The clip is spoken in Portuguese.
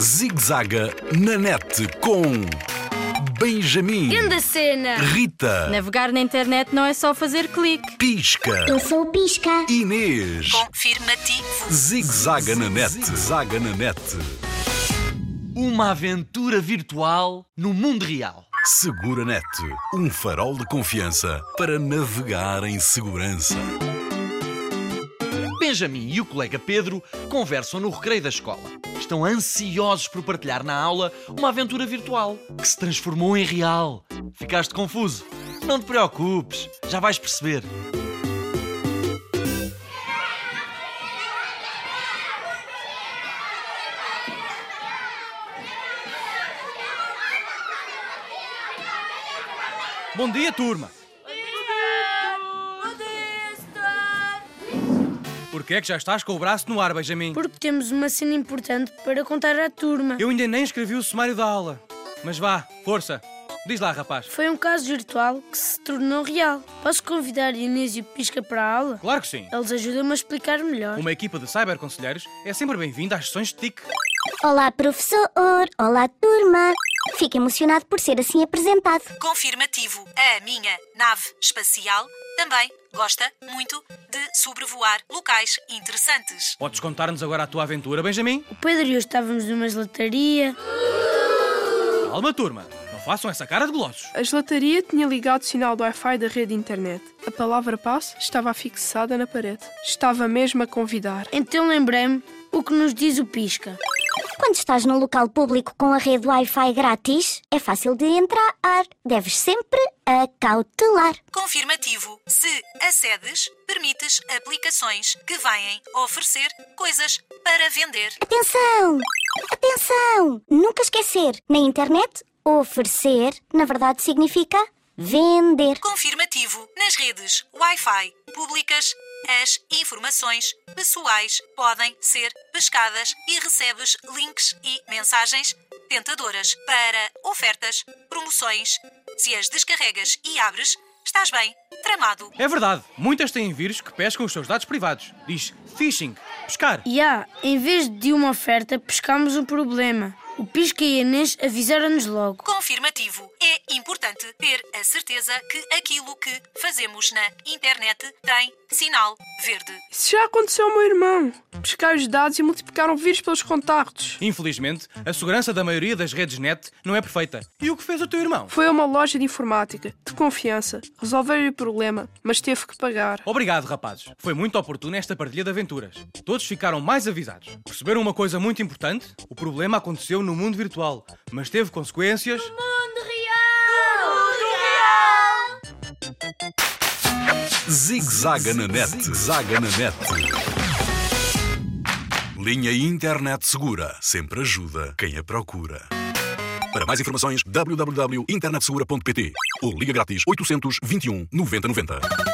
Zigzaga na net com Benjamin, Grande cena! Rita, Navegar na internet não é só fazer clique. Pisca, Eu sou o Pisca. Inês. Confirmativo. Zigzaga na net, zaga na net. Uma aventura virtual no mundo real. Segura net, um farol de confiança para navegar em segurança. Benjamin e o colega Pedro conversam no recreio da escola. Estão ansiosos por partilhar na aula uma aventura virtual que se transformou em real. Ficaste confuso? Não te preocupes, já vais perceber. Bom dia, turma! Porquê é que já estás com o braço no ar, Benjamin? Porque temos uma cena importante para contar à turma. Eu ainda nem escrevi o sumário da aula. Mas vá, força. Diz lá, rapaz. Foi um caso virtual que se tornou real. Posso convidar Inês e o Pisca para a aula? Claro que sim. Eles ajudam-me a explicar melhor. Uma equipa de cyberconselheiros é sempre bem-vinda às sessões de TIC. Olá, professor. Olá, turma. Fico emocionado por ser assim apresentado. Confirmativo. A minha nave espacial também gosta muito de sobrevoar locais interessantes. Podes contar-nos agora a tua aventura, Benjamin? O Pedro e eu estávamos numa gelataria. Calma, turma. Não façam essa cara de glossos. A gelataria tinha ligado o sinal do Wi-Fi da rede internet. A palavra passe estava afixada na parede. Estava mesmo a convidar. Então lembrei-me o que nos diz o Pisca. Quando estás num local público com a rede Wi-Fi grátis, é fácil de entrar. Deves sempre acautelar. Confirmativo. Se acedes, permites aplicações que vêm oferecer coisas para vender. Atenção! Atenção! Nunca esquecer. Na internet, oferecer, na verdade, significa vender. Confirmativo. Nas redes Wi-Fi públicas, as informações pessoais podem ser pescadas e recebes links e mensagens tentadoras para ofertas, promoções. Se as descarregas e abres, estás bem tramado. É verdade. Muitas têm vírus que pescam os seus dados privados. Diz phishing. Pescar. E há, em vez de uma oferta, pescámos um problema. O Pisca e a Inês avisaram-nos logo. Confirmativo. É importante ter a certeza que aquilo que fazemos na internet tem sinal verde. Isso já aconteceu ao meu irmão. Pescaram os dados e multiplicaram o vírus pelos contactos. Infelizmente, a segurança da maioria das redes net não é perfeita. E o que fez o teu irmão? Foi a uma loja de informática, de confiança. Resolveram o problema, mas teve que pagar. Obrigado, rapazes. Foi muito oportuna esta partilha de aventuras. Todos ficaram mais avisados. Perceberam uma coisa muito importante? O problema aconteceu no mundo virtual, mas teve consequências. Zigzaga na net, zaga na net. Linha Internet Segura sempre ajuda quem a procura. Para mais um informações, www.internetsegura.pt ou liga grátis 821 9090.